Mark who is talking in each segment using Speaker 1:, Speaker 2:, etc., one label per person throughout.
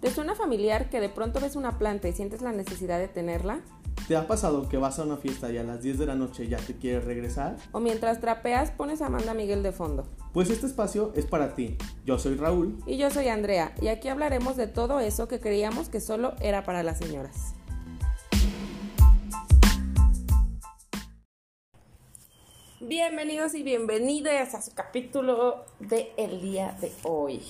Speaker 1: ¿Te suena familiar que de pronto ves una planta y sientes la necesidad de tenerla?
Speaker 2: ¿Te ha pasado que vas a una fiesta y a las 10 de la noche ya te quieres regresar?
Speaker 1: ¿O mientras trapeas pones a Amanda Miguel de fondo?
Speaker 2: Pues este espacio es para ti. Yo soy Raúl.
Speaker 1: Y yo soy Andrea, y aquí hablaremos de todo eso que creíamos que solo era para las señoras. Bienvenidos y bienvenidas a su capítulo de el día de hoy.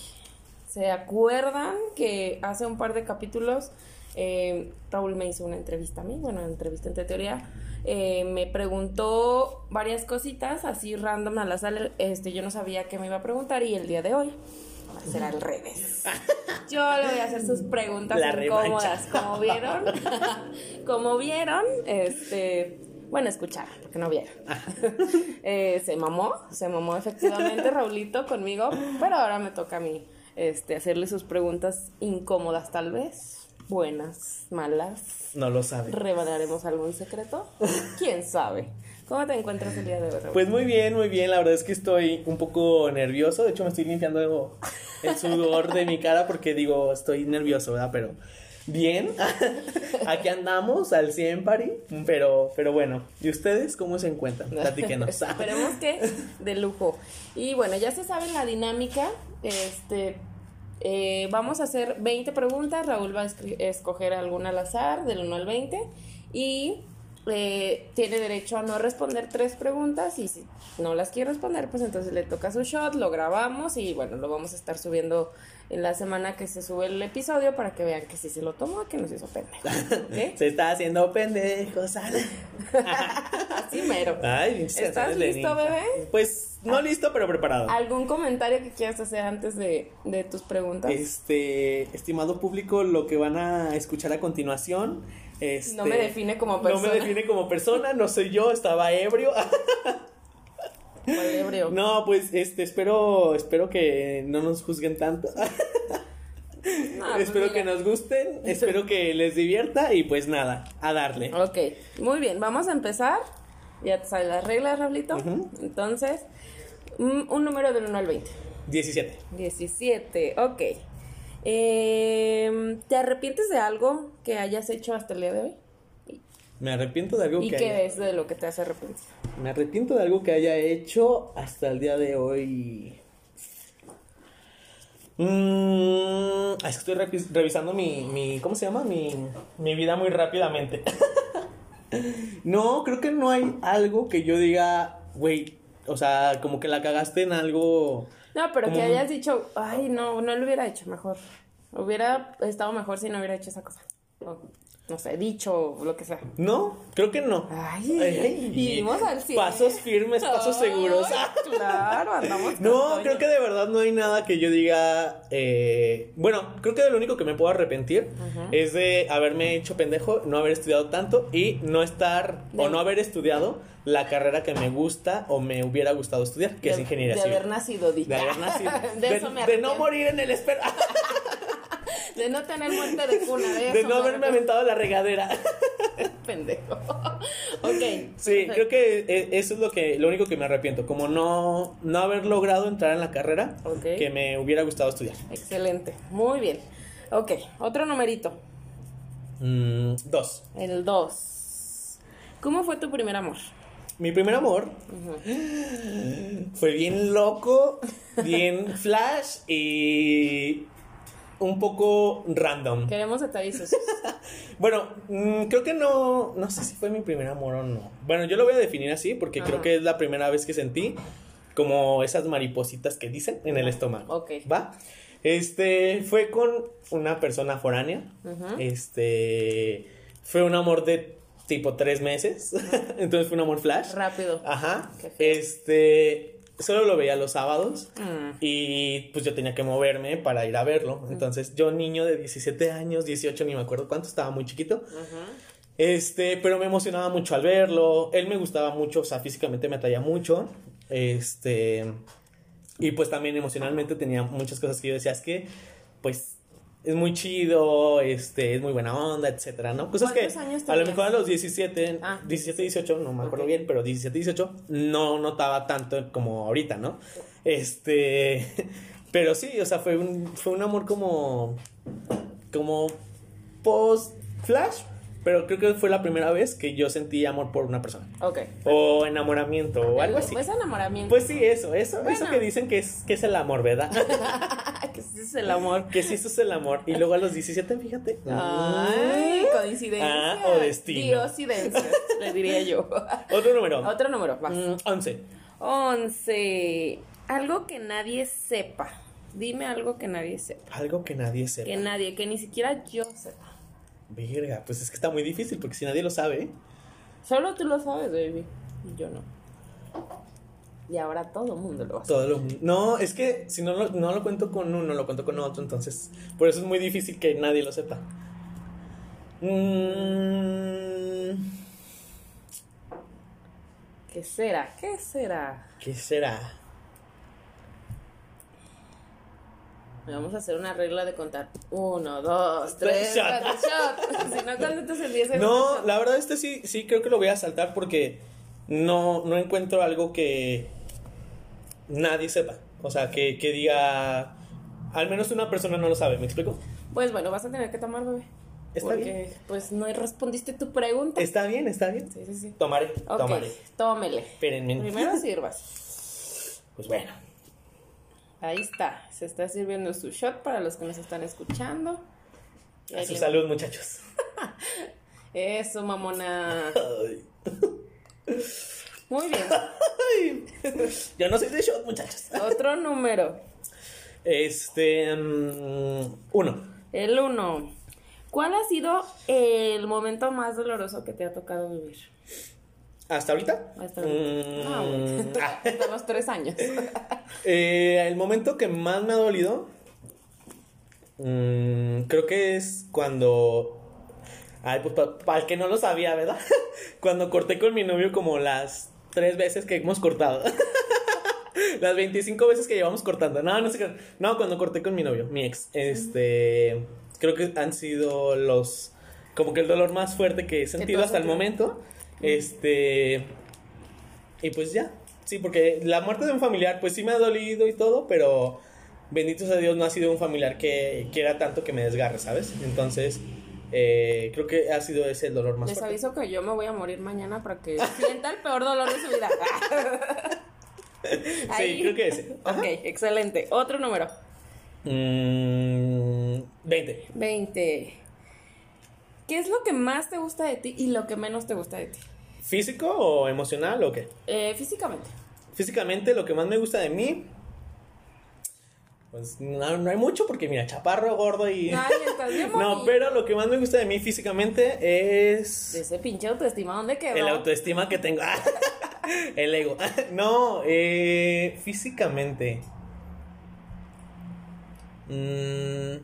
Speaker 1: ¿Se acuerdan que hace un par de capítulos eh, Raúl me hizo una entrevista a mí, bueno, una entrevista entre teoría. eh, me preguntó varias cositas así random a la sala. Este, yo no sabía qué me iba a preguntar y el día de hoy va a ser al revés. Yo le voy a hacer sus preguntas
Speaker 3: La
Speaker 1: incómodas, como vieron. como vieron, este, bueno, escuchar, porque no vieron. Eh, se mamó, se mamó efectivamente Raulito conmigo, pero ahora me toca a mí este, hacerle sus preguntas incómodas tal vez, buenas, malas.
Speaker 3: No lo sabe.
Speaker 1: ¿Revelaremos algún secreto? ¿Quién sabe? ¿Cómo te encuentras el día de hoy? Raúl?
Speaker 3: Pues muy bien, muy bien. La verdad es que estoy un poco nervioso. De hecho, me estoy limpiando el sudor de mi cara porque digo, estoy nervioso, ¿verdad? Pero bien. Aquí andamos al 100 pari. Pero, pero bueno. ¿Y ustedes cómo se encuentran? Platíquenos.
Speaker 1: Esperemos que de lujo. Y bueno, ya se sabe la dinámica. Este, eh, vamos a hacer 20 preguntas. Raúl va a escri- escoger alguna al azar, del 1 al 20. Y eh, tiene derecho a no responder tres preguntas. Y si no las quiere responder, pues entonces le toca su shot, lo grabamos y bueno, lo vamos a estar subiendo en la semana que se sube el episodio para que vean que sí se lo tomó, que nos hizo pendejo. ¿ok?
Speaker 3: Se está haciendo pendejo, sale.
Speaker 1: Así mero.
Speaker 3: Ay, pinche
Speaker 1: ¿Estás
Speaker 3: sale,
Speaker 1: listo,
Speaker 3: nenita.
Speaker 1: bebé?
Speaker 3: Pues no listo, pero preparado.
Speaker 1: ¿Algún comentario que quieras hacer antes de, de tus preguntas?
Speaker 3: Este, estimado público, lo que van a escuchar a continuación. Este,
Speaker 1: No me define como
Speaker 3: No
Speaker 1: persona.
Speaker 3: me define como persona, no soy yo, estaba ebrio.
Speaker 1: Vale, hebreo.
Speaker 3: No, pues este, espero, espero que no nos juzguen tanto.
Speaker 1: No, Ah, pues
Speaker 3: espero que
Speaker 1: mira.
Speaker 3: nos gusten, espero que les divierta y pues nada, a darle.
Speaker 1: Ok, muy bien, vamos a empezar. Ya te salen las reglas, Rablito.
Speaker 3: Ujú.
Speaker 1: Entonces, mm, un número del 1 al 20.
Speaker 3: 17.
Speaker 1: 17, ok. Em, ¿Te arrepientes de algo que hayas hecho hasta el día de hoy?
Speaker 3: Me arrepiento de algo
Speaker 1: ¿Y
Speaker 3: que haya-
Speaker 1: qué es de lo que te has arrepentido?
Speaker 3: Me arrepiento de algo que haya hecho hasta el día de hoy. Mm, es que estoy revi- revisando mi, mi- ¿Cómo se llama? Mi, mi vida muy rápidamente. no, creo que no hay algo que yo diga, güey, o sea, como que la cagaste en algo.
Speaker 1: No, pero que
Speaker 3: Como-
Speaker 1: hayas dicho, ay, no, no lo hubiera hecho mejor. Hubiera estado mejor si no hubiera hecho esa cosa. O, no sé, dicho, lo que sea.
Speaker 3: No, creo que no.
Speaker 1: Ay,
Speaker 3: Ay,
Speaker 1: vivimos al cien.
Speaker 3: Pasos firmes, pasos
Speaker 1: Ay,
Speaker 3: seguros.
Speaker 1: Claro, andamos.
Speaker 3: No, creo que de verdad no hay nada que yo diga. eh, bueno, creo que de lo único que me puedo arrepentir es de haberme hecho pendejo, no haber estudiado tanto y no estar
Speaker 1: De-
Speaker 3: o no haber estudiado la carrera que me gusta o me hubiera gustado estudiar, que es ingeniería
Speaker 1: de
Speaker 3: civil.
Speaker 1: haber nacido
Speaker 3: De
Speaker 1: Dita.
Speaker 3: haber nacido.
Speaker 1: de,
Speaker 3: De-
Speaker 1: eso me
Speaker 3: de no
Speaker 1: arrepiento.
Speaker 3: morir en el espera.
Speaker 1: De no tener muerte de cuna. De,
Speaker 3: De
Speaker 1: eso
Speaker 3: no
Speaker 1: me
Speaker 3: haberme
Speaker 1: arrepiento.
Speaker 3: aventado la regadera.
Speaker 1: Pendejo. ok.
Speaker 3: Sí, creo que eh, eso es lo que lo único que me arrepiento, como no no haber logrado entrar en la carrera
Speaker 1: Ok.
Speaker 3: que me hubiera gustado estudiar.
Speaker 1: Excelente. Muy bien. Ok, otro numerito.
Speaker 3: Mm, dos.
Speaker 1: El 2. ¿Cómo fue tu primer amor?
Speaker 3: Mi primer amor fue bien loco, bien flash y un poco random.
Speaker 1: Queremos detalles.
Speaker 3: Bueno, mm, creo que no, no sé si fue mi primer amor o no. Bueno, yo lo voy a definir así porque
Speaker 1: Ajá.
Speaker 3: creo que es la primera vez que sentí como esas maripositas que dicen en el estómago.
Speaker 1: Ok.
Speaker 3: ¿Va? Este, fue con una persona foránea.
Speaker 1: Ujú.
Speaker 3: Este, fue un amor de tipo tres meses. Entonces fue un amor flash.
Speaker 1: Rápido.
Speaker 3: Ajá.
Speaker 1: Qué feo.
Speaker 3: Este, solo lo veía los sábados
Speaker 1: Mm.
Speaker 3: y pues yo tenía que moverme para ir a verlo. Entonces, yo niño de 17 años, 18, ni me acuerdo cuánto, estaba muy chiquito. Este, pero me emocionaba mucho al verlo. Él me gustaba mucho, o sea, físicamente me atraía mucho. Este, y pues también emocionalmente tenía muchas cosas que yo decía, es que pues es muy chido, este, es muy buena onda, etcétera, ¿no? Cosas que
Speaker 1: ¿Cuántos años
Speaker 3: a lo
Speaker 1: tenías?
Speaker 3: mejor a los 17,
Speaker 1: Ah.
Speaker 3: 17, 18, no me acuerdo
Speaker 1: Ok.
Speaker 3: bien, pero 17, 18 no notaba tanto como ahorita, ¿no? Este, pero sí, o sea, fue un fue un amor como como post flash, pero creo que fue la primera vez que yo sentí amor por una persona.
Speaker 1: Ok.
Speaker 3: O enamoramiento o algo así.
Speaker 1: Pues enamoramiento.
Speaker 3: Pues sí, eso, eso, eso
Speaker 1: Bueno.
Speaker 3: que dicen que es, que es el amor, ¿verdad?
Speaker 1: que sí es el amor.
Speaker 3: que sí, eso es el amor. Y luego a los 17, fíjate.
Speaker 1: Ay, coincidencia.
Speaker 3: Ah, o destino.
Speaker 1: Diocidencia, le diría yo.
Speaker 3: Otro número.
Speaker 1: Otro número, vas.
Speaker 3: Mm, 11.
Speaker 1: 11. Algo que nadie sepa. Dime algo que nadie sepa.
Speaker 3: Algo que nadie sepa.
Speaker 1: Que nadie, que ni siquiera yo sepa.
Speaker 3: Verga, pues es que está muy difícil porque si nadie lo sabe.
Speaker 1: Solo tú lo sabes, baby. Y yo no. Y ahora todo el mundo lo va a saber.
Speaker 3: Todo lo- No, es que si no lo, no lo cuento con uno, lo cuento con otro, entonces. Por eso es muy difícil que nadie lo sepa. Mm,
Speaker 1: ¿Qué será? ¿Qué será?
Speaker 3: ¿Qué será?
Speaker 1: Vamos a hacer una regla de contar. Uno, dos, tres,
Speaker 3: Shot.
Speaker 1: cuatro, shot. si no contestas el 10
Speaker 3: No, la verdad, este sí, sí creo que lo voy a saltar porque no, no encuentro algo que nadie sepa. O sea, que, que diga. Al menos una persona no lo sabe, ¿me explico?
Speaker 1: Pues bueno, vas a tener que tomar, bebé.
Speaker 3: Está
Speaker 1: porque,
Speaker 3: bien.
Speaker 1: pues no respondiste tu pregunta.
Speaker 3: Está bien, está bien.
Speaker 1: Sí, sí, sí.
Speaker 3: Tomaré,
Speaker 1: Ok,
Speaker 3: tomaré.
Speaker 1: tómele.
Speaker 3: Espérenme.
Speaker 1: Primero sirvas.
Speaker 3: Pues bueno.
Speaker 1: Ahí está. Se está sirviendo su shot para los que nos están escuchando. Y
Speaker 3: A
Speaker 1: ahí
Speaker 3: su
Speaker 1: le-
Speaker 3: salud, muchachos.
Speaker 1: Eso, mamona.
Speaker 3: Ay.
Speaker 1: Muy bien.
Speaker 3: Ay, yo no soy de shot, muchachos.
Speaker 1: Otro número.
Speaker 3: Este. mm, uno.
Speaker 1: El uno. ¿Cuál ha sido el momento más doloroso que te ha tocado vivir?
Speaker 3: ¿Hasta ahorita?
Speaker 1: Hasta ahorita.
Speaker 3: Mm,
Speaker 1: No, güey.
Speaker 3: ah,
Speaker 1: Estamos tres años.
Speaker 3: eh, el momento que más me ha dolido. mm, creo que es cuando. Ay, pues para el que no lo sabía, ¿verdad? Cuando corté con mi novio como las tres veces que hemos cortado. las 25 veces que llevamos cortando. No, no sé qué. No, cuando corté con mi novio, mi ex. Este. Creo que han sido los. Como que el dolor más fuerte que he sentido
Speaker 1: has
Speaker 3: hasta el
Speaker 1: sentido.
Speaker 3: momento. Este. Y pues ya. Sí, porque la muerte de un familiar, pues sí me ha dolido y todo, pero. Bendito sea Dios, no ha sido un familiar que quiera tanto que me desgarre, ¿sabes? Entonces. eh, creo que ha sido ese el dolor más
Speaker 1: Les
Speaker 3: fuerte.
Speaker 1: aviso que yo me voy a morir mañana para que sienta el peor dolor de su vida. Ah.
Speaker 3: Sí, creo que ese. Ajá.
Speaker 1: Ok, excelente. Otro número.
Speaker 3: Mm, 20.
Speaker 1: 20. ¿Qué es lo que más te gusta de ti y lo que menos te gusta de ti?
Speaker 3: ¿Físico o emocional o qué?
Speaker 1: Eh, físicamente.
Speaker 3: Físicamente, lo que más me gusta de mí. Pues no, no hay mucho porque mira, chaparro, gordo y.
Speaker 1: Ay, estás bien
Speaker 3: no,
Speaker 1: bonito.
Speaker 3: pero lo que más me gusta de mí físicamente es.
Speaker 1: Ese pinche autoestima, ¿dónde quedó?
Speaker 3: El autoestima que tengo. Ah, El ego. No, eh, físicamente. Mm,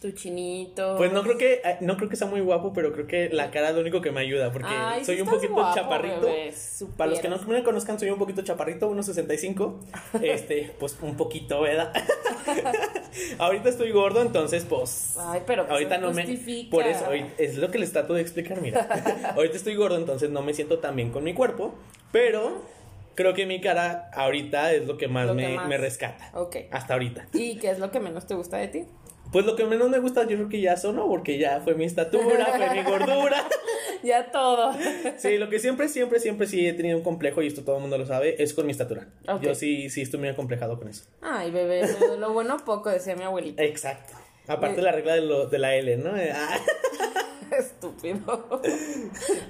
Speaker 1: Tu chinito.
Speaker 3: pues no creo que no creo que sea muy guapo, pero creo que la cara es lo único que me ayuda porque
Speaker 1: Ay, sí
Speaker 3: soy un
Speaker 1: estás
Speaker 3: poquito
Speaker 1: guapo,
Speaker 3: chaparrito.
Speaker 1: bebé,
Speaker 3: Para los que no
Speaker 1: supieras.
Speaker 3: me conozcan, soy un poquito chaparrito, 1.65. Este, pues un poquito, ¿verdad? ahorita estoy gordo, entonces, pues.
Speaker 1: Ay, pero que
Speaker 3: ahorita
Speaker 1: se
Speaker 3: no me.
Speaker 1: justifica.
Speaker 3: Por eso, ahorita- es lo que les trato de explicar, mira. ahorita estoy gordo, entonces no me siento tan bien con mi cuerpo, pero creo que mi cara ahorita es lo que más,
Speaker 1: Lo que
Speaker 3: me,
Speaker 1: más.
Speaker 3: me rescata.
Speaker 1: Ok.
Speaker 3: Hasta ahorita.
Speaker 1: ¿Y qué es lo que menos te gusta de ti?
Speaker 3: Pues lo que menos me gusta, yo creo que ya sonó, porque ya fue mi estatura, fue mi gordura.
Speaker 1: Ya todo.
Speaker 3: Sí, lo que siempre, siempre, siempre sí he tenido un complejo, y esto todo el mundo lo sabe, es con mi estatura.
Speaker 1: Ok.
Speaker 3: Yo sí, sí estoy muy acomplejado con eso.
Speaker 1: Ay, bebé, lo- lo bueno poco, decía mi abuelita.
Speaker 3: Exacto.
Speaker 1: Eh.
Speaker 3: Aparte la regla de, lo- de la L, ¿no? Eh, ah,
Speaker 1: Estúpido.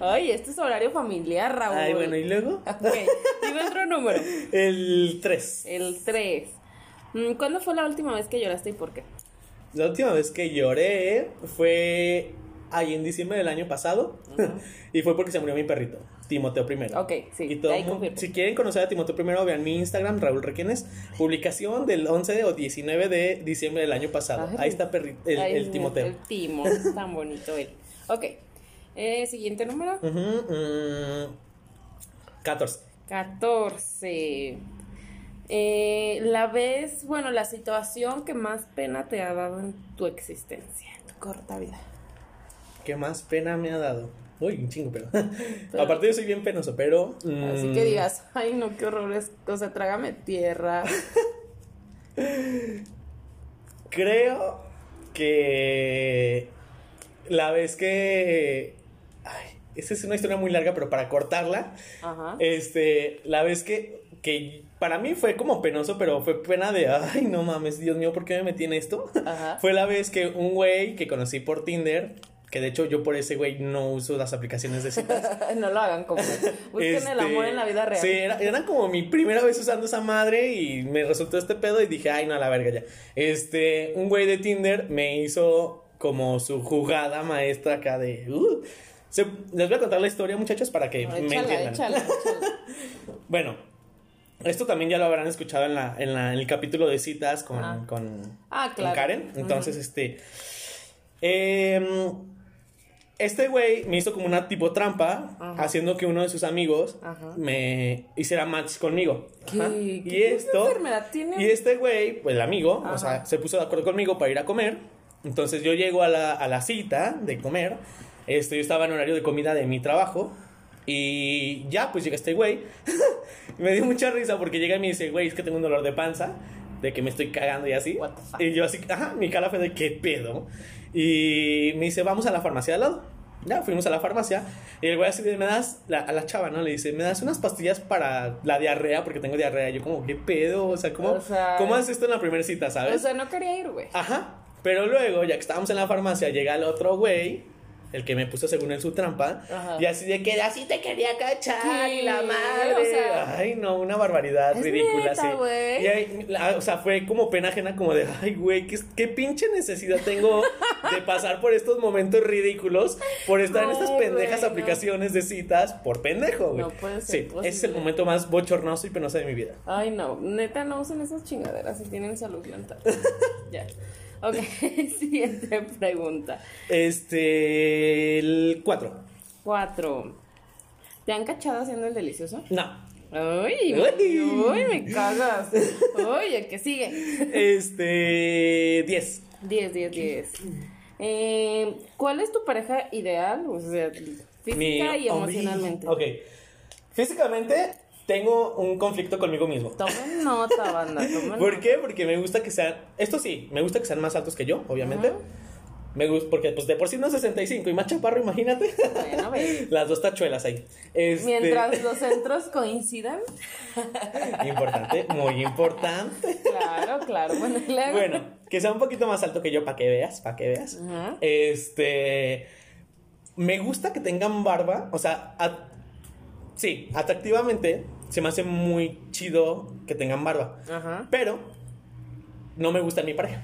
Speaker 1: Ay, este es horario familiar, Raúl.
Speaker 3: Ay, bueno, y luego
Speaker 1: Ok, dime otro número.
Speaker 3: el 3.
Speaker 1: El 3. ¿Cuándo fue la última vez que lloraste y por qué?
Speaker 3: La última vez que lloré fue ahí en diciembre del año pasado y fue porque se murió mi perrito, Timoteo primero.
Speaker 1: Ok, sí,
Speaker 3: Y todo
Speaker 1: ahí
Speaker 3: mu-
Speaker 1: confirmo.
Speaker 3: si quieren conocer a Timoteo primero, vean mi Instagram, Raúl Requienes, publicación del 11 o 19 de diciembre del año pasado.
Speaker 1: Ay.
Speaker 3: ahí está perri- el,
Speaker 1: Ay,
Speaker 3: el Timoteo.
Speaker 1: El Timo, es tan bonito él. Ok, eh, siguiente número.
Speaker 3: Ujú, mm, 14.
Speaker 1: 14. Eh, la vez, bueno, la situación que más pena te ha dado en tu existencia, en tu corta vida.
Speaker 3: ¿Qué más pena me ha dado? Uy, un chingo, pero. Aparte, yo soy bien penoso, pero. mm,
Speaker 1: Así que digas, ay no, qué horror es, o sea, trágame tierra.
Speaker 3: Creo que la vez que... Ay, esa es una historia muy larga, pero para cortarla,
Speaker 1: Ajá.
Speaker 3: este, la vez que, que para mí fue como penoso, pero fue pena de, ay, no mames, Dios mío, ¿por qué me metí en esto?
Speaker 1: Ajá.
Speaker 3: Fue la vez que un güey que conocí por Tinder, que de hecho yo por ese güey no uso las aplicaciones de citas.
Speaker 1: no lo hagan como. Busquen el
Speaker 3: Este,
Speaker 1: amor en la vida real.
Speaker 3: Sí, era, era como mi primera vez usando esa madre y me resultó este pedo y dije, ay, no, a la verga ya. Este, un güey de Tinder me hizo como su jugada maestra acá de... "Uh". Se- les voy a contar la historia, muchachos, para que
Speaker 1: Bueno,
Speaker 3: me
Speaker 1: échala,
Speaker 3: entiendan.
Speaker 1: échala, échala.
Speaker 3: Bueno, esto también ya lo habrán escuchado en, la, en, la- en el capítulo de citas con,
Speaker 1: Ah.
Speaker 3: con,
Speaker 1: Ah,
Speaker 3: con
Speaker 1: claro.
Speaker 3: Karen. Entonces, este. em, este güey me hizo como una tipo trampa,
Speaker 1: Ajá.
Speaker 3: haciendo que uno de sus amigos
Speaker 1: Ajá.
Speaker 3: me hiciera match conmigo.
Speaker 1: ¿Qué-
Speaker 3: Ajá.
Speaker 1: qué
Speaker 3: Y esto.
Speaker 1: enfermedad tiene?
Speaker 3: Y este güey, pues el amigo,
Speaker 1: Ajá.
Speaker 3: o sea, se puso de acuerdo conmigo para ir a comer. Entonces yo llego a la, a la cita de comer. Este, yo estaba en horario de comida de mi trabajo. Y ya, pues llega este güey. me dio mucha risa porque llega y me dice, güey, es que tengo un dolor de panza, de que me estoy cagando y así.
Speaker 1: What the fuck.
Speaker 3: Y yo así, ajá, mi cara fue de qué pedo. Y me dice, vamos a la farmacia de al lado. Ya, fuimos a la farmacia. Y el güey así de, me das, la- a la chava, ¿no? Le dice, me das unas pastillas para la diarrea, porque tengo diarrea. Yo como, qué pedo, o sea, ¿cómo,
Speaker 1: O sea-
Speaker 3: ¿cómo haces esto en la primera cita, sabes?
Speaker 1: O sea, no quería ir, güey.
Speaker 3: Ajá. Pero luego, ya que estábamos en la farmacia, llega el otro güey, el que me puso según él su trampa,
Speaker 1: Ajá.
Speaker 3: y así de que así te quería cachar y la
Speaker 1: Sí,
Speaker 3: madre.
Speaker 1: o sea,
Speaker 3: ay, no, una barbaridad
Speaker 1: es
Speaker 3: ridícula,
Speaker 1: neta,
Speaker 3: sí.
Speaker 1: güey.
Speaker 3: Y ahí, la- o sea, fue como pena ajena, como de, ay, güey, ¿qué, qué pinche necesidad tengo de pasar por estos momentos ridículos, por estar en
Speaker 1: No,
Speaker 3: estas pendejas
Speaker 1: güey, no.
Speaker 3: aplicaciones de citas por pendejo, güey.
Speaker 1: No puede ser
Speaker 3: sí, ese es el
Speaker 1: posible.
Speaker 3: momento más bochornoso y penoso de mi vida.
Speaker 1: Ay, no, neta, no usen esas chingaderas si tienen salud mental. ya. Ok, siguiente pregunta.
Speaker 3: Este, el 4.
Speaker 1: Cuatro. ¿Te han cachado haciendo el delicioso?
Speaker 3: No.
Speaker 1: Ay,
Speaker 3: Ay.
Speaker 1: uy, me cagas. Oye, ¿qué sigue?
Speaker 3: Este. 10.
Speaker 1: Diez, diez, diez. Eh, ¿Cuál es tu pareja ideal? O sea, física y emocionalmente.
Speaker 3: Ok. Físicamente, tengo un conflicto conmigo mismo.
Speaker 1: Tomen nota, banda, tomen
Speaker 3: ¿Por
Speaker 1: nota.
Speaker 3: qué? Porque me gusta que sean. Esto sí, me gusta que sean más altos que yo, obviamente.
Speaker 1: Ajá.
Speaker 3: Me gusta, porque pues de por sí no es 65 y más chaparro, imagínate.
Speaker 1: Bueno, ve.
Speaker 3: Las dos tachuelas ahí. Este,
Speaker 1: Mientras los centros coincidan.
Speaker 3: Importante, muy importante.
Speaker 1: Claro, claro. Bueno, y luego-
Speaker 3: Bueno, que sea un poquito más alto que yo, para que veas, para que veas.
Speaker 1: Ajá.
Speaker 3: Este. Me gusta que tengan barba. O sea, at- sí, atractivamente se me hace muy chido que tengan barba.
Speaker 1: Ajá.
Speaker 3: Pero no me gusta en mi pareja.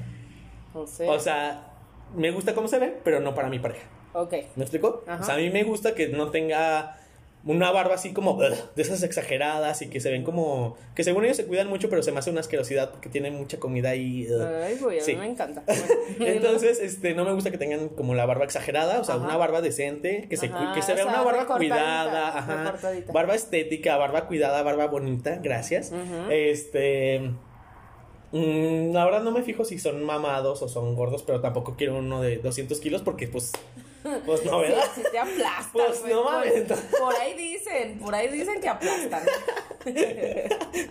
Speaker 1: O sea.
Speaker 3: O sea, me gusta cómo se ve, pero no para mi pareja.
Speaker 1: ok.
Speaker 3: ¿Me explico?
Speaker 1: Ajá.
Speaker 3: O sea, a mí me gusta que no tenga una barba así como "Ugh", de esas exageradas y que se ven como. Que según ellos se cuidan mucho, pero se me hace una asquerosidad porque tienen mucha comida ahí. "Ugh".
Speaker 1: Ay, güey, a
Speaker 3: Sí.
Speaker 1: mí me encanta. Bueno,
Speaker 3: Entonces, este, no me gusta que tengan como la barba exagerada, o sea,
Speaker 1: Ajá.
Speaker 3: una barba decente, que se, cu-
Speaker 1: Ajá,
Speaker 3: que se
Speaker 1: o
Speaker 3: vea
Speaker 1: sea,
Speaker 3: una barba
Speaker 1: recortadita,
Speaker 3: cuidada, ajá,
Speaker 1: recortadita.
Speaker 3: barba estética, barba cuidada, barba bonita, gracias.
Speaker 1: Ujú.
Speaker 3: Este, mm, la verdad no me fijo si son mamados o son gordos, pero tampoco quiero uno de 200 kilos porque, pues, pues no, ¿verdad?
Speaker 1: Sí, sí te aplastan.
Speaker 3: Pues,
Speaker 1: güey,
Speaker 3: no
Speaker 1: por-
Speaker 3: mames.
Speaker 1: Por, ahí dicen, por ahí dicen que aplastan.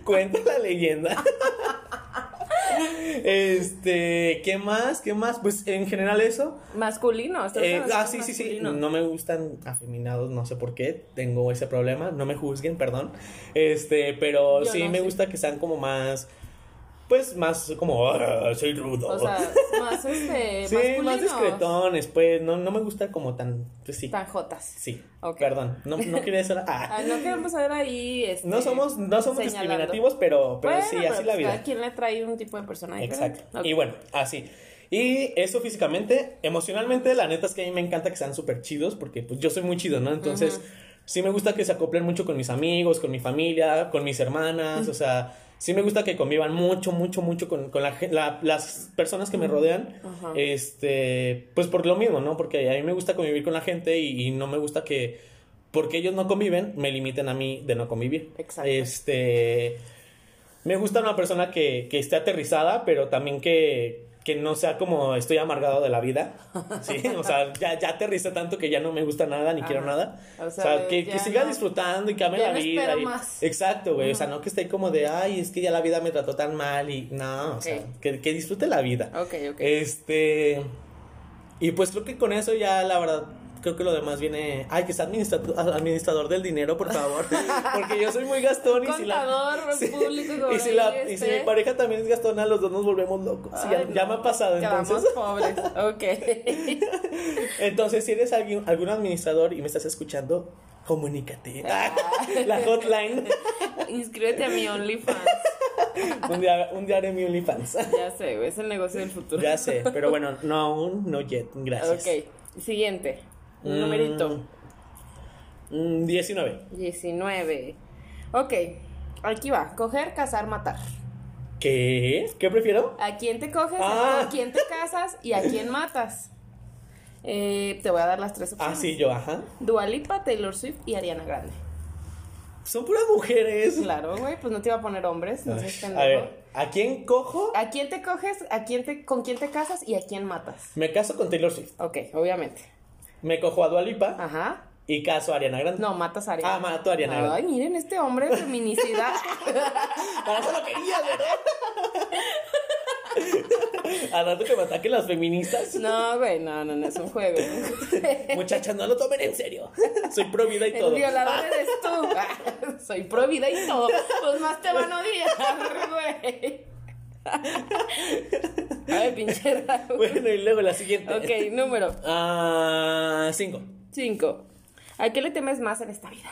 Speaker 3: Cuenta la leyenda. Este, ¿qué más? ¿Qué más? Pues en general eso.
Speaker 1: Masculino. ¿estás
Speaker 3: Eh,
Speaker 1: hablando
Speaker 3: ah,
Speaker 1: de
Speaker 3: sí, sí, sí.
Speaker 1: masculino?
Speaker 3: No me gustan afeminados, no sé por qué. Tengo ese problema. No me juzguen, perdón. Este, pero
Speaker 1: Yo
Speaker 3: sí
Speaker 1: no,
Speaker 3: me
Speaker 1: sí.
Speaker 3: gusta que sean como más. Pues más como. "Ah, soy rudo.
Speaker 1: O sea, más este.
Speaker 3: sí,
Speaker 1: masculino.
Speaker 3: más discretones, pues. No, no me gusta como tan. Pues sí.
Speaker 1: Tan jotas.
Speaker 3: Sí.
Speaker 1: Ok.
Speaker 3: Perdón. No, no quería eso. Ah.
Speaker 1: Ah, no queremos ver ahí. este,
Speaker 3: no somos, no somos
Speaker 1: señalando.
Speaker 3: discriminativos, pero, pero
Speaker 1: Bueno,
Speaker 3: sí, así
Speaker 1: pero
Speaker 3: la
Speaker 1: pues
Speaker 3: vida.
Speaker 1: Cada quien le trae un tipo de personaje.
Speaker 3: Exacto.
Speaker 1: Ok.
Speaker 3: Y bueno, así. Y eso físicamente, emocionalmente, la neta es que a mí me encanta que sean súper chidos, porque pues yo soy muy chido, ¿no? Entonces, sí me gusta que se acoplen mucho con mis amigos, con mi familia, con mis hermanas, o sea, sí me gusta que convivan mucho, mucho, mucho con, con la, gen- la- las personas que me rodean,
Speaker 1: Ajá.
Speaker 3: este, pues por lo mismo, ¿no? Porque a mí me gusta convivir con la gente y, y no me gusta que, porque ellos no conviven, me limiten a mí de no convivir.
Speaker 1: Exacto.
Speaker 3: Este... Me gusta una persona que, que esté aterrizada, pero también que, que no sea como estoy amargado de la vida, ¿sí? O sea, ya, ya aterriza tanto que ya no me gusta nada ni quiero
Speaker 1: Ajá.
Speaker 3: nada.
Speaker 1: O
Speaker 3: O
Speaker 1: sea,
Speaker 3: sea, que,
Speaker 1: ya
Speaker 3: que siga
Speaker 1: no-
Speaker 3: disfrutando y que ame
Speaker 1: ya
Speaker 3: la
Speaker 1: no
Speaker 3: vida.
Speaker 1: espero
Speaker 3: y-
Speaker 1: más.
Speaker 3: Exacto, güey. O sea, no que esté como de, ay, es que ya la vida me trató tan mal y no, o sea,
Speaker 1: Ok.
Speaker 3: que, que disfrute la vida.
Speaker 1: Ok, ok.
Speaker 3: Este. Y pues creo que con eso ya, la verdad, creo que lo demás viene. Ay, que sea administra- administrador del dinero, por favor. Porque yo soy muy gastón y si la.
Speaker 1: Contador
Speaker 3: Sí.
Speaker 1: público.
Speaker 3: Y
Speaker 1: como
Speaker 3: si, la,
Speaker 1: ahí
Speaker 3: y si
Speaker 1: esté.
Speaker 3: mi pareja también es gastona, los dos nos volvemos locos.
Speaker 1: este". Ay,
Speaker 3: ya, ya
Speaker 1: no,
Speaker 3: me ha pasado,
Speaker 1: quedamos
Speaker 3: entonces.
Speaker 1: pobres. Ok.
Speaker 3: Entonces, si eres alguien, algún administrador y me estás escuchando, comunícate.
Speaker 1: Ah.
Speaker 3: La hotline.
Speaker 1: Inscríbete a mi OnlyFans.
Speaker 3: un, día, un día haré mi OnlyFans.
Speaker 1: Ya sé, güey, es el negocio del futuro.
Speaker 3: ya sé, pero bueno, no aún, no yet. Gracias.
Speaker 1: Ok. Siguiente.
Speaker 3: Mm.
Speaker 1: Numerito.
Speaker 3: Mm, 19.
Speaker 1: 19. Ok. Aquí va. Coger, cazar, matar.
Speaker 3: ¿Qué? ¿Qué prefiero?
Speaker 1: ¿A quién te coges?
Speaker 3: Ah.
Speaker 1: ¿A quién te casas? ¿Y a quién matas? Eh, te voy a dar las tres
Speaker 3: Ah,
Speaker 1: opciones.
Speaker 3: sí, yo, ajá.
Speaker 1: Dualipa, Taylor Swift y Ariana Grande.
Speaker 3: Son puras mujeres.
Speaker 1: Claro, güey, pues no te iba a poner hombres, no seas
Speaker 3: Ay,
Speaker 1: pendejo.
Speaker 3: a ver, ¿a quién cojo?
Speaker 1: ¿A quién te coges? ¿A quién te, con quién te casas y a quién matas?
Speaker 3: Me caso con Taylor Swift.
Speaker 1: Ok, obviamente.
Speaker 3: Me cojo a Dualipa
Speaker 1: Ajá.
Speaker 3: y caso a Ariana Grande.
Speaker 1: No, matas a Ariana.
Speaker 3: Ah, mato a Ariana Grande.
Speaker 1: Ay, miren, este hombre feminicida.
Speaker 3: Para eso lo quería, ¿verdad? Al rato que me ataquen las feministas.
Speaker 1: No, güey, no, no, no, es un juego.
Speaker 3: Muchachas, no lo tomen en serio. Soy pro vida y
Speaker 1: El
Speaker 3: todo.
Speaker 1: violador eres tú. Ah, Soy pro vida y todo. Pues más te van a odiar, güey. Ay, pinche Raúl.
Speaker 3: Bueno, y luego la siguiente.
Speaker 1: Ok, número
Speaker 3: Ah, cinco.
Speaker 1: 5. ¿A qué le temes más en esta vida?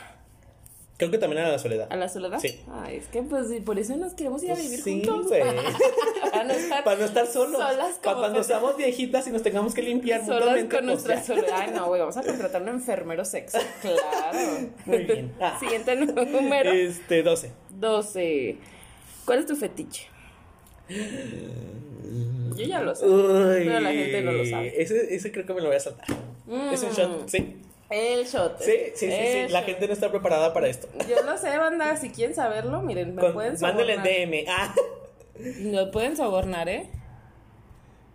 Speaker 3: Creo que también era la soledad.
Speaker 1: ¿A la soledad?
Speaker 3: Sí.
Speaker 1: Ay, es que pues sí, por eso nos queremos ir a
Speaker 3: Pues
Speaker 1: vivir
Speaker 3: sí,
Speaker 1: juntos.
Speaker 3: güey.
Speaker 1: Para no estar,
Speaker 3: Para no estar solos.
Speaker 1: Solas
Speaker 3: Para
Speaker 1: como
Speaker 3: cuando
Speaker 1: perros.
Speaker 3: seamos viejitas y nos tengamos que limpiar
Speaker 1: solas
Speaker 3: mutuamente,
Speaker 1: con
Speaker 3: pues,
Speaker 1: nuestra
Speaker 3: ya.
Speaker 1: soledad. Ay, no, güey, vamos a contratar un enfermero sexo. Claro.
Speaker 3: Muy bien. Ah.
Speaker 1: Siguiente número.
Speaker 3: Este, 12.
Speaker 1: 12. ¿Cuál es tu fetiche? Yo ya lo sé.
Speaker 3: Uy,
Speaker 1: Pero la gente no lo sabe. Mm.
Speaker 3: Ese, ese creo que me lo voy a saltar. Es un shot, sí.
Speaker 1: El shot.
Speaker 3: Sí, sí, sí, sí.
Speaker 1: El
Speaker 3: La
Speaker 1: shot.
Speaker 3: gente no está preparada para esto.
Speaker 1: Yo lo sé, banda. Si quieren saberlo, miren, me
Speaker 3: Con-
Speaker 1: pueden
Speaker 3: Mándale
Speaker 1: sobornar.
Speaker 3: DM. Ah.
Speaker 1: Me pueden sobornar, ¿eh?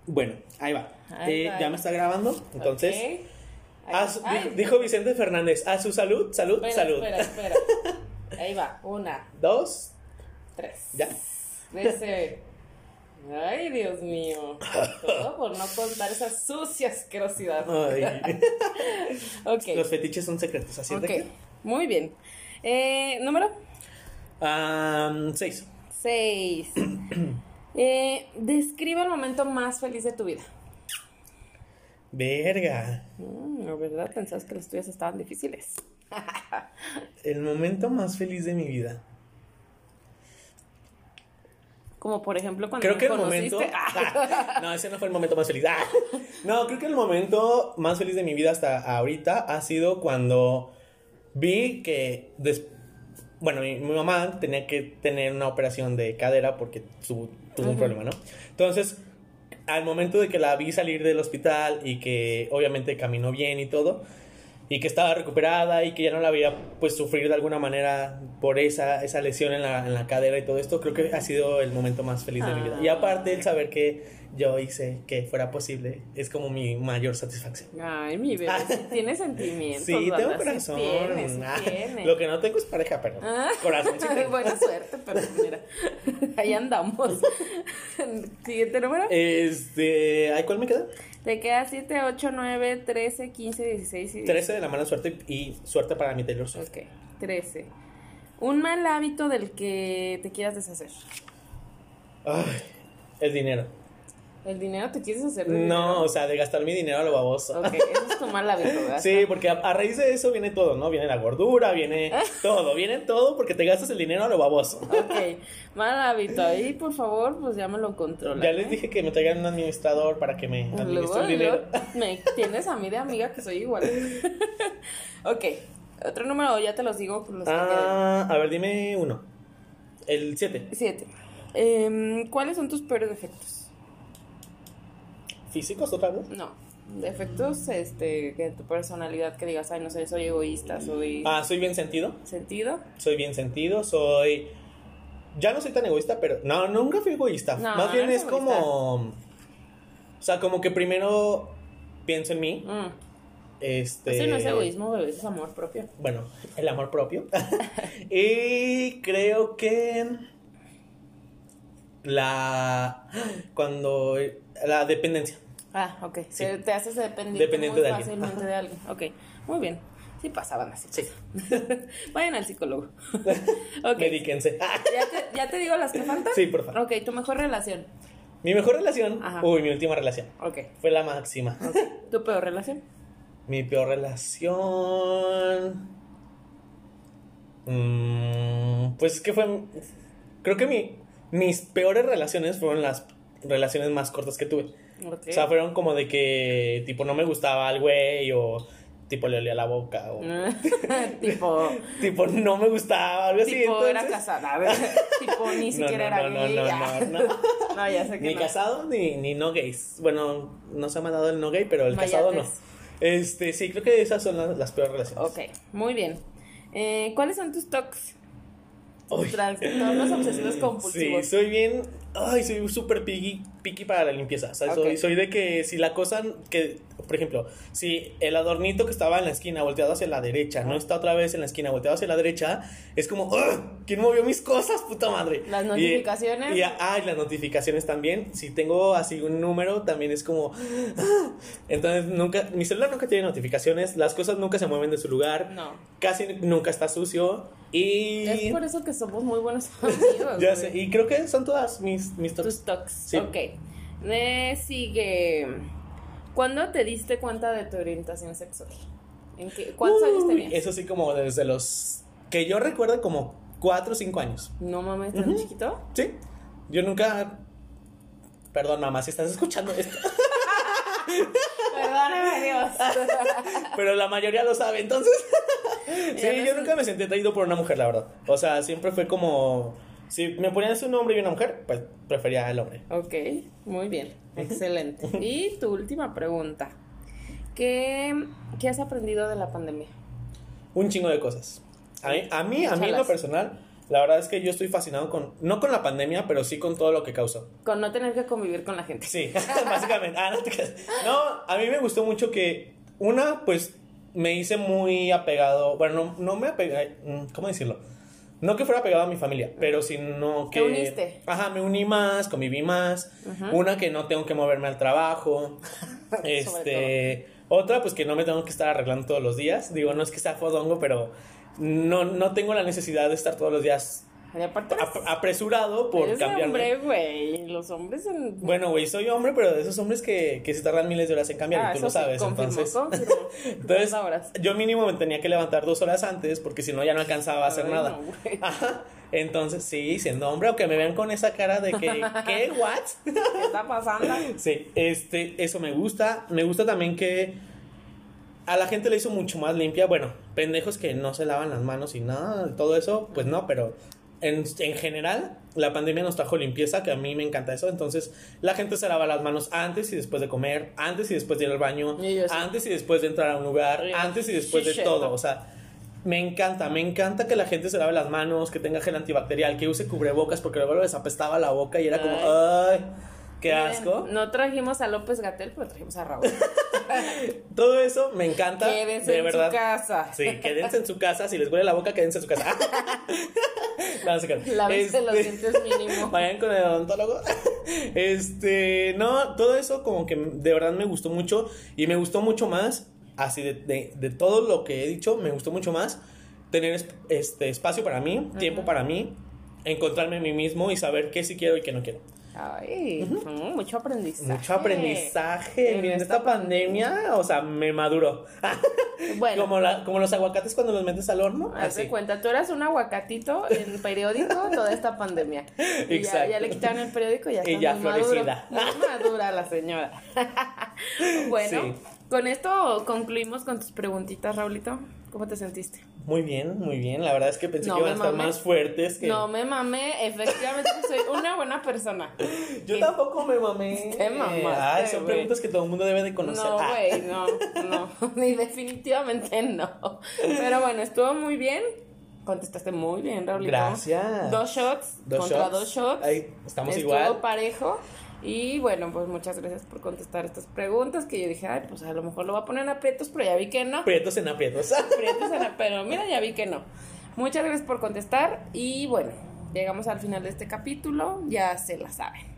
Speaker 3: Bueno, ahí va.
Speaker 1: Ahí
Speaker 3: Eh,
Speaker 1: va.
Speaker 3: ya me está grabando, entonces.
Speaker 1: Ok. Ahí-
Speaker 3: a su-
Speaker 1: Ay,
Speaker 3: di- dijo Vicente Fernández, a su salud, salud,
Speaker 1: espera,
Speaker 3: salud.
Speaker 1: Espera, espera. Ahí va. Una,
Speaker 3: Dos,
Speaker 1: tres.
Speaker 3: ya.
Speaker 1: Dice. Ay, Dios mío. Todo por no contar esa sucia asquerosidad.
Speaker 3: Ah, Ay,
Speaker 1: Ok.
Speaker 3: Los fetiches son secretos, así es de
Speaker 1: Ok.
Speaker 3: que.
Speaker 1: Muy bien. Eh, Número
Speaker 3: Am, Ah, seis.
Speaker 1: 6. Eh, describe el momento más feliz de tu vida.
Speaker 3: Verga.
Speaker 1: Mm, la verdad, pensabas que los tuyos estaban difíciles.
Speaker 3: El momento más feliz de mi vida.
Speaker 1: Como por ejemplo cuando
Speaker 3: Creo
Speaker 1: me
Speaker 3: que el
Speaker 1: conociste.
Speaker 3: momento.
Speaker 1: Ah,
Speaker 3: Ah, no, ese no fue el momento más feliz. Ah. No, creo que el momento más feliz de mi vida hasta ahorita ha sido cuando vi que. des- Bueno, mi, mi mamá tenía que tener una operación de cadera porque su- tuvo un problema, ¿no? Entonces, al momento de que la vi salir del hospital y que obviamente caminó bien y todo, y que estaba recuperada y que ya no la veía pues sufrir de alguna manera por esa, esa lesión en la, en la cadera y todo esto, creo que ha sido el momento más feliz de mi vida. Y
Speaker 1: Ah.
Speaker 3: aparte el saber que yo hice que fuera posible es como mi mayor satisfacción.
Speaker 1: Ay, mi bebé,
Speaker 3: Ah.
Speaker 1: sí tiene sentimientos.
Speaker 3: Sí,
Speaker 1: banda,
Speaker 3: tengo
Speaker 1: pues, sí
Speaker 3: corazón.
Speaker 1: tiene, sí
Speaker 3: Ah,
Speaker 1: tiene.
Speaker 3: Lo que no tengo es pareja, pero
Speaker 1: Ah.
Speaker 3: corazón sí tengo.
Speaker 1: Buena suerte, pero mira, ahí andamos. Siguiente número.
Speaker 3: Este, ¿ay cuál me queda?
Speaker 1: Te queda 7, 8, 9, 13, 15, 16 y
Speaker 3: 13 de la mala suerte y suerte para mi Taylor Swift.
Speaker 1: Ok, 13. Un mal hábito del que te quieras deshacer.
Speaker 3: Ay, el dinero.
Speaker 1: ¿El dinero te quieres deshacer? del
Speaker 3: No, o sea, de gastar mi dinero a lo baboso.
Speaker 1: dinero? Ok, eso es tu mal hábito, ¿verdad?
Speaker 3: Sí, porque a, a raíz de eso viene todo, ¿no? Viene la gordura, viene todo, viene todo porque te gastas el dinero a lo baboso.
Speaker 1: Ok, mal hábito. Ahí, por favor, pues ya me lo controla.
Speaker 3: Ya les dije que me traigan un administrador para que me
Speaker 1: Luego,
Speaker 3: administre el dinero.
Speaker 1: luego me tienes a mí de amiga que soy igual. ok, otro número, ya te los digo. Los que queden.
Speaker 3: Ah, a ver, dime uno. El 7.
Speaker 1: Siete. Em, ¿Cuáles son tus peores defectos?
Speaker 3: ¿Físicos otra vez?
Speaker 1: No, defectos este, de tu personalidad que digas, ay, no sé, soy egoísta, soy
Speaker 3: Ah, soy bien sentido.
Speaker 1: sentido.
Speaker 3: Soy bien sentido, soy... Ya no soy tan egoísta, pero... No, nunca fui egoísta.
Speaker 1: No,
Speaker 3: Más bien
Speaker 1: no eres
Speaker 3: es como... sea, como que primero pienso en mí.
Speaker 1: Mm.
Speaker 3: Este,
Speaker 1: Eso Pues no es egoísmo, bebé, eso es amor propio.
Speaker 3: Bueno, el amor propio. y creo que la cuando la dependencia.
Speaker 1: Ah, ok.
Speaker 3: Sí.
Speaker 1: Te, te haces dependiente,
Speaker 3: Dependiente
Speaker 1: muy
Speaker 3: de alguien.
Speaker 1: fácilmente de alguien. Ok, muy bien. Sí pasaban así. Sí. Vayan al psicólogo. ok.
Speaker 3: Medíquense.
Speaker 1: ¿Ya te, ya te digo las que faltan?
Speaker 3: Ah, Sí, por favor.
Speaker 1: Ok, tu mejor relación.
Speaker 3: Mi mejor relación,
Speaker 1: Ajá.
Speaker 3: uy, mi última relación
Speaker 1: Ok.
Speaker 3: fue la máxima.
Speaker 1: ¿Tu peor relación?
Speaker 3: Mi peor relación. Mm, pues es que fue. Creo que mi, mis peores relaciones fueron las relaciones más cortas que tuve.
Speaker 1: Ok.
Speaker 3: O sea, fueron como de que, tipo, no me gustaba al güey o, tipo, le olía la boca o,
Speaker 1: tipo,
Speaker 3: tipo, no me gustaba, algo así.
Speaker 1: tipo era
Speaker 3: entonces-
Speaker 1: casada. A ver, tipo, ni
Speaker 3: No,
Speaker 1: siquiera
Speaker 3: no,
Speaker 1: era
Speaker 3: no,
Speaker 1: gay.
Speaker 3: no,
Speaker 1: Ah.
Speaker 3: no, no.
Speaker 1: No, ya sé que
Speaker 3: Ni
Speaker 1: no.
Speaker 3: casado ni, ni no gays. Bueno, no se me ha dado el no gay, pero el casado no.
Speaker 1: Mayates.
Speaker 3: Este, sí, creo que esas son las, las peores relaciones.
Speaker 1: pues. Ok, muy bien. Eh, ¿Cuáles son tus tocs?
Speaker 3: Uy.
Speaker 1: Tus trastornos obsesivos compulsivos.
Speaker 3: Sí, soy bien. Ay, soy súper piqui, piqui para la limpieza. O sea,
Speaker 1: Ok.
Speaker 3: soy, soy de que si la cosa. que Por ejemplo, si el adornito que estaba en la esquina volteado hacia la derecha no está otra vez en la esquina volteado hacia la derecha, es como. "Ugh, ¿Quién movió mis cosas, puta madre?
Speaker 1: Las
Speaker 3: Y-
Speaker 1: notificaciones.
Speaker 3: Y, ah, y las notificaciones también. Si tengo así un número, también es como. "Ah". Entonces, nunca. Mi celular nunca tiene notificaciones. Las cosas nunca se mueven de su lugar.
Speaker 1: No.
Speaker 3: Casi nunca está sucio. Y.
Speaker 1: Es por eso que somos muy buenos amigos.
Speaker 3: Ya
Speaker 1: güey.
Speaker 3: sé, y creo que son todas mis, mis tops.
Speaker 1: Tus tocs.
Speaker 3: Sí.
Speaker 1: Ok. Eh, sigue. ¿Cuándo te diste cuenta de tu orientación sexual? ¿En qué, ¿Cuántos años
Speaker 3: Uy,
Speaker 1: tenías?
Speaker 3: Eso sí, como desde los. que yo recuerdo como 4 o 5 años.
Speaker 1: No mames, tan
Speaker 3: Ujú.
Speaker 1: chiquito.
Speaker 3: Sí. Yo nunca. Perdón, mamá, si estás escuchando esto.
Speaker 1: Perdóname, Dios.
Speaker 3: Pero la mayoría lo sabe, entonces. sí,
Speaker 1: Ya no
Speaker 3: yo
Speaker 1: sé.
Speaker 3: nunca me sentí atraído por una mujer, la verdad. O sea, siempre fue como. Si me ponían un hombre y una mujer, pues prefería al hombre.
Speaker 1: ok, muy bien. Excelente. Y tu última pregunta. ¿Qué, qué has aprendido de la pandemia?
Speaker 3: un chingo de cosas. A mí, a mí, a mí en lo
Speaker 1: Échalas.
Speaker 3: personal, la verdad es que yo estoy fascinado con, no con la pandemia, pero sí con todo lo que causó.
Speaker 1: Con no tener que convivir con la gente.
Speaker 3: Sí, básicamente. Ah, no, te creas. No, a mí me gustó mucho que, una, pues me hice muy apegado, bueno, no, no me apegué, mm, ¿cómo decirlo? No que fuera apegado a mi familia, pero sino que...
Speaker 1: Te uniste.
Speaker 3: Ajá, me uní más, conviví más. Una que no tengo que moverme al trabajo. este... Otra, pues que no me tengo que estar arreglando todos los días. Digo, no es que sea fodongo, pero no, no tengo la necesidad de estar todos los días
Speaker 1: Y aparte,
Speaker 3: ap- apresurado Ah, por
Speaker 1: Pues, eres
Speaker 3: cambiarme.
Speaker 1: hombre, güey. Los hombres en...
Speaker 3: Bueno, güey, soy hombre, pero de esos hombres que, que se tardan miles de horas en cambiar,
Speaker 1: Ah,
Speaker 3: y
Speaker 1: eso
Speaker 3: tú lo
Speaker 1: sí,
Speaker 3: sabes,
Speaker 1: confirmo,
Speaker 3: entonces.
Speaker 1: confirmo.
Speaker 3: Entonces,
Speaker 1: Dos horas.
Speaker 3: yo mínimo me tenía que levantar dos horas antes porque si no ya no alcanzaba a hacer
Speaker 1: Ay,
Speaker 3: nada.
Speaker 1: no, güey.
Speaker 3: Ajá. Entonces, sí, siendo hombre, aunque me vean con esa cara de que, ¿qué? ¿What?
Speaker 1: ¿Qué está pasando?
Speaker 3: Sí, este, eso me gusta. Me gusta también que a la gente le hizo mucho más limpia. Bueno, pendejos que no se lavan las manos y nada, todo eso, pues no, pero en, en general la pandemia nos trajo limpieza, que a mí me encanta eso. Entonces la gente se lava las manos antes y después de comer, antes y después de ir al baño,
Speaker 1: Y yo sí.
Speaker 3: antes y después de entrar a un lugar,
Speaker 1: Sí.
Speaker 3: antes y después
Speaker 1: Sí,
Speaker 3: de
Speaker 1: sí.
Speaker 3: todo. O sea, me encanta, me encanta que la gente se lave las manos, que tenga gel antibacterial, que use cubrebocas, porque luego les apestaba la boca y era como, ay, qué asco.
Speaker 1: No trajimos a López Gatel, pero trajimos a Raúl.
Speaker 3: Todo eso me encanta.
Speaker 1: Quédense
Speaker 3: de
Speaker 1: en
Speaker 3: verdad.
Speaker 1: su casa.
Speaker 3: Sí, quédense en su casa. Si les huele la boca, quédense en su casa. no, no se crean.
Speaker 1: Lávense los
Speaker 3: Este,
Speaker 1: dientes mínimo.
Speaker 3: Vayan con el odontólogo. Este, no, todo eso como que de verdad me gustó mucho y me gustó mucho más, así de, de- de todo lo que he dicho, me gustó mucho más tener es- este espacio para mí, tiempo para mí, encontrarme a mí mismo y saber qué sí quiero y qué no quiero.
Speaker 1: Ay, mm, mucho aprendizaje.
Speaker 3: Mucho aprendizaje
Speaker 1: En
Speaker 3: en esta pandemia, o sea, me maduró.
Speaker 1: Bueno,
Speaker 3: Como, la- como los aguacates cuando los metes al horno.
Speaker 1: haz de
Speaker 3: Así.
Speaker 1: cuenta, tú eras un aguacatito en periódico toda esta pandemia. Y ya,
Speaker 3: Exacto.
Speaker 1: ya le quitaron el periódico y ya
Speaker 3: Y
Speaker 1: está
Speaker 3: ya
Speaker 1: muy maduro.
Speaker 3: florecida.
Speaker 1: Muy madura la señora. bueno,
Speaker 3: Sí.
Speaker 1: con esto concluimos con tus preguntitas, Raulito. ¿Cómo te sentiste?
Speaker 3: Muy bien, muy bien. La verdad es que pensé
Speaker 1: No
Speaker 3: que iban a
Speaker 1: me
Speaker 3: estar
Speaker 1: mames.
Speaker 3: más fuertes. Que...
Speaker 1: No me mamé, efectivamente soy una buena persona.
Speaker 3: Yo
Speaker 1: que-
Speaker 3: tampoco me mamé.
Speaker 1: Te mamaste,
Speaker 3: Ay, son
Speaker 1: güey.
Speaker 3: preguntas que todo el mundo debe de conocer.
Speaker 1: No,
Speaker 3: Ah.
Speaker 1: güey, no, no, ni definitivamente no. Pero bueno, estuvo muy bien. Contestaste muy bien, Raulito.
Speaker 3: Gracias.
Speaker 1: Dos shots
Speaker 3: Dos
Speaker 1: contra
Speaker 3: shots.
Speaker 1: dos shots.
Speaker 3: Ahí, estamos
Speaker 1: estuvo
Speaker 3: igual.
Speaker 1: parejo. Y bueno, pues muchas gracias por contestar estas preguntas que yo dije, ay, pues a lo mejor lo va a poner en aprietos, pero ya vi que no.
Speaker 3: Prietos en aprietos.
Speaker 1: Aprietos en la- pero mira, ya vi que no. Muchas gracias por contestar y bueno, llegamos al final de este capítulo, ya se la saben.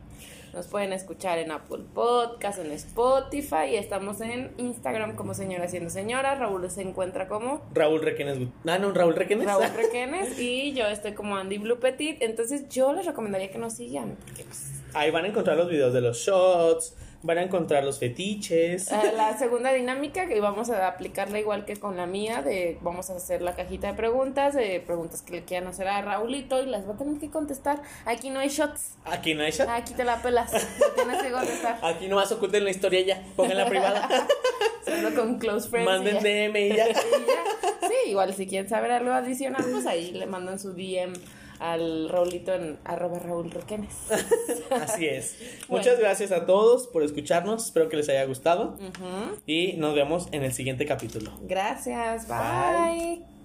Speaker 1: Nos pueden escuchar en Apple Podcast, en Spotify, y estamos en Instagram como Señora Siendo Señora. Raúl se encuentra como
Speaker 3: Raúl Requenes. Gut- Ah, no, Raúl Requenes.
Speaker 1: Raúl Requenes y yo estoy como Andy Blue Petit. Entonces yo les recomendaría que nos sigan. porque, pues,
Speaker 3: Ahí van a encontrar los videos de los shots, van a encontrar los fetiches.
Speaker 1: eh, la segunda dinámica que vamos a aplicarla igual que con la mía, de vamos a hacer la cajita de preguntas, de preguntas que le quieran hacer a Raulito y las va a tener que contestar. Aquí no hay shots,
Speaker 3: Aquí no hay shot.
Speaker 1: aquí te la pelas, no tienes que contestar.
Speaker 3: Aquí nomás oculten la historia ya. Pónganla privada.
Speaker 1: Solo con close friends. y
Speaker 3: Manden
Speaker 1: ya.
Speaker 3: DM y ya.
Speaker 1: Y ya. Sí, igual si quieren saber algo adicional, pues ahí le mandan su DM al Raulito en arroba Raúl Requenes.
Speaker 3: Así es.
Speaker 1: Bueno.
Speaker 3: Muchas gracias a todos por escucharnos. Espero que les haya gustado. Y nos vemos en el siguiente capítulo.
Speaker 1: Gracias,
Speaker 3: Bye.
Speaker 1: bye.